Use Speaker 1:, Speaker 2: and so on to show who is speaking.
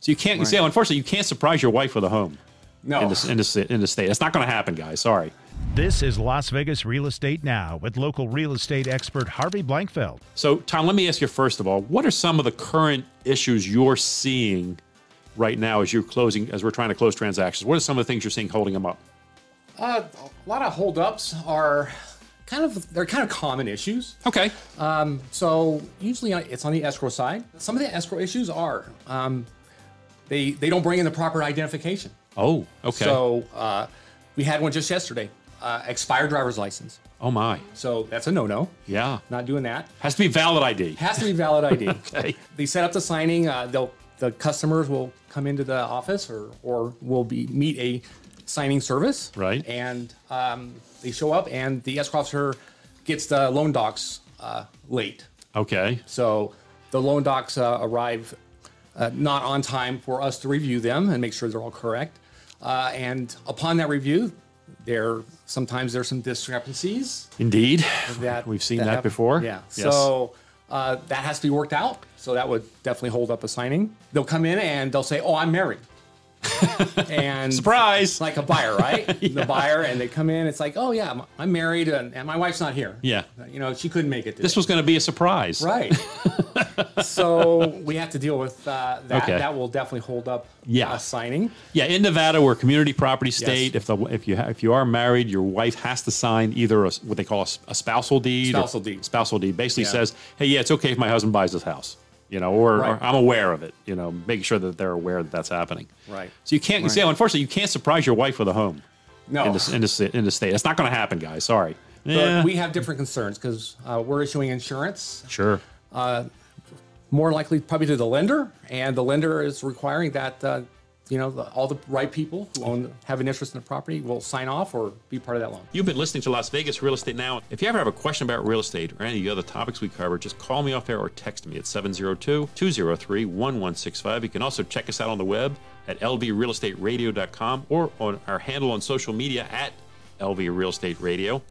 Speaker 1: So you can't. So unfortunately, you can't surprise your wife with a home.
Speaker 2: No.
Speaker 1: in this in this in this state, it's not going to happen, guys. Sorry.
Speaker 3: This is Las Vegas Real Estate Now with local real estate expert Harvey Blankfeld.
Speaker 1: So, Tom, let me ask you first of all, what are some of the current issues you're seeing right now as you're closing, as we're trying to close transactions? What are some of the things you're seeing holding them up?
Speaker 2: Uh, a lot of holdups are kind of they're kind of common issues.
Speaker 1: Okay.
Speaker 2: Um, so usually it's on the escrow side. Some of the escrow issues are um, they they don't bring in the proper identification.
Speaker 1: Oh, okay.
Speaker 2: So uh, we had one just yesterday, uh, expired driver's license.
Speaker 1: oh my.
Speaker 2: So that's a no no.
Speaker 1: Yeah.
Speaker 2: Not doing that.
Speaker 1: Has to be valid ID.
Speaker 2: Has to be valid ID.
Speaker 1: Okay.
Speaker 2: They set up the signing. Uh, they'll the customers will come into the office or or will be meet a signing service.
Speaker 1: Right.
Speaker 2: And um, they show up, and the escrow officer gets the loan docs uh, late.
Speaker 1: Okay.
Speaker 2: So the loan docs uh, arrive uh, not on time for us to review them and make sure they're all correct. Uh, and upon that review, there sometimes there's some discrepancies
Speaker 1: Indeed.
Speaker 2: that
Speaker 1: We've seen that,
Speaker 2: hap-
Speaker 1: before.
Speaker 2: Yeah.
Speaker 1: Yes.
Speaker 2: So uh, that has to be worked out. So that would definitely hold up a signing. They'll come in and they'll say, "Oh, I'm married." and
Speaker 1: surprise.
Speaker 2: it's like a buyer, right? The buyer, and they come in. It's like, "Oh yeah, I'm, I'm married, and, and my wife's not here. Uh,
Speaker 1: Yeah.
Speaker 2: you know, she couldn't make it. Today.
Speaker 1: this was going to be a surprise.
Speaker 2: Right. so we have to deal with uh, that.
Speaker 1: Okay.
Speaker 2: That will definitely hold up
Speaker 1: Yeah.
Speaker 2: a signing.
Speaker 1: Yeah, in Nevada, we're a community property state. If the if you ha- if you are married, your wife has to sign either a, what they call a, s- a spousal deed. or-
Speaker 2: Spousal deed.
Speaker 1: Spousal deed basically
Speaker 2: Yeah.
Speaker 1: says, hey, yeah, it's okay if my husband buys this house, you know, or,
Speaker 2: Right.
Speaker 1: or I'm aware of it, you know, making sure that they're aware that that's happening.
Speaker 2: Right.
Speaker 1: So you can't say, unfortunately, you can't surprise your wife with a home
Speaker 2: No.
Speaker 1: in this in this in this state. It's not going to happen, guys. Sorry.
Speaker 2: But
Speaker 1: Yeah.
Speaker 2: we have different concerns because uh, we're issuing insurance,
Speaker 1: sure.
Speaker 2: more likely probably to the lender, and the lender is requiring that uh, you know the, all the right people who own have an interest in the property will sign off or be part of that loan.
Speaker 1: You've been listening to Las Vegas Real Estate Now. If you ever have a question about real estate or any of the other topics we cover, just call me off air or text me at 702 203 1165. You can also check us out on the web at lvrealestateradio.com or on our handle on social media at lvrealestateradio.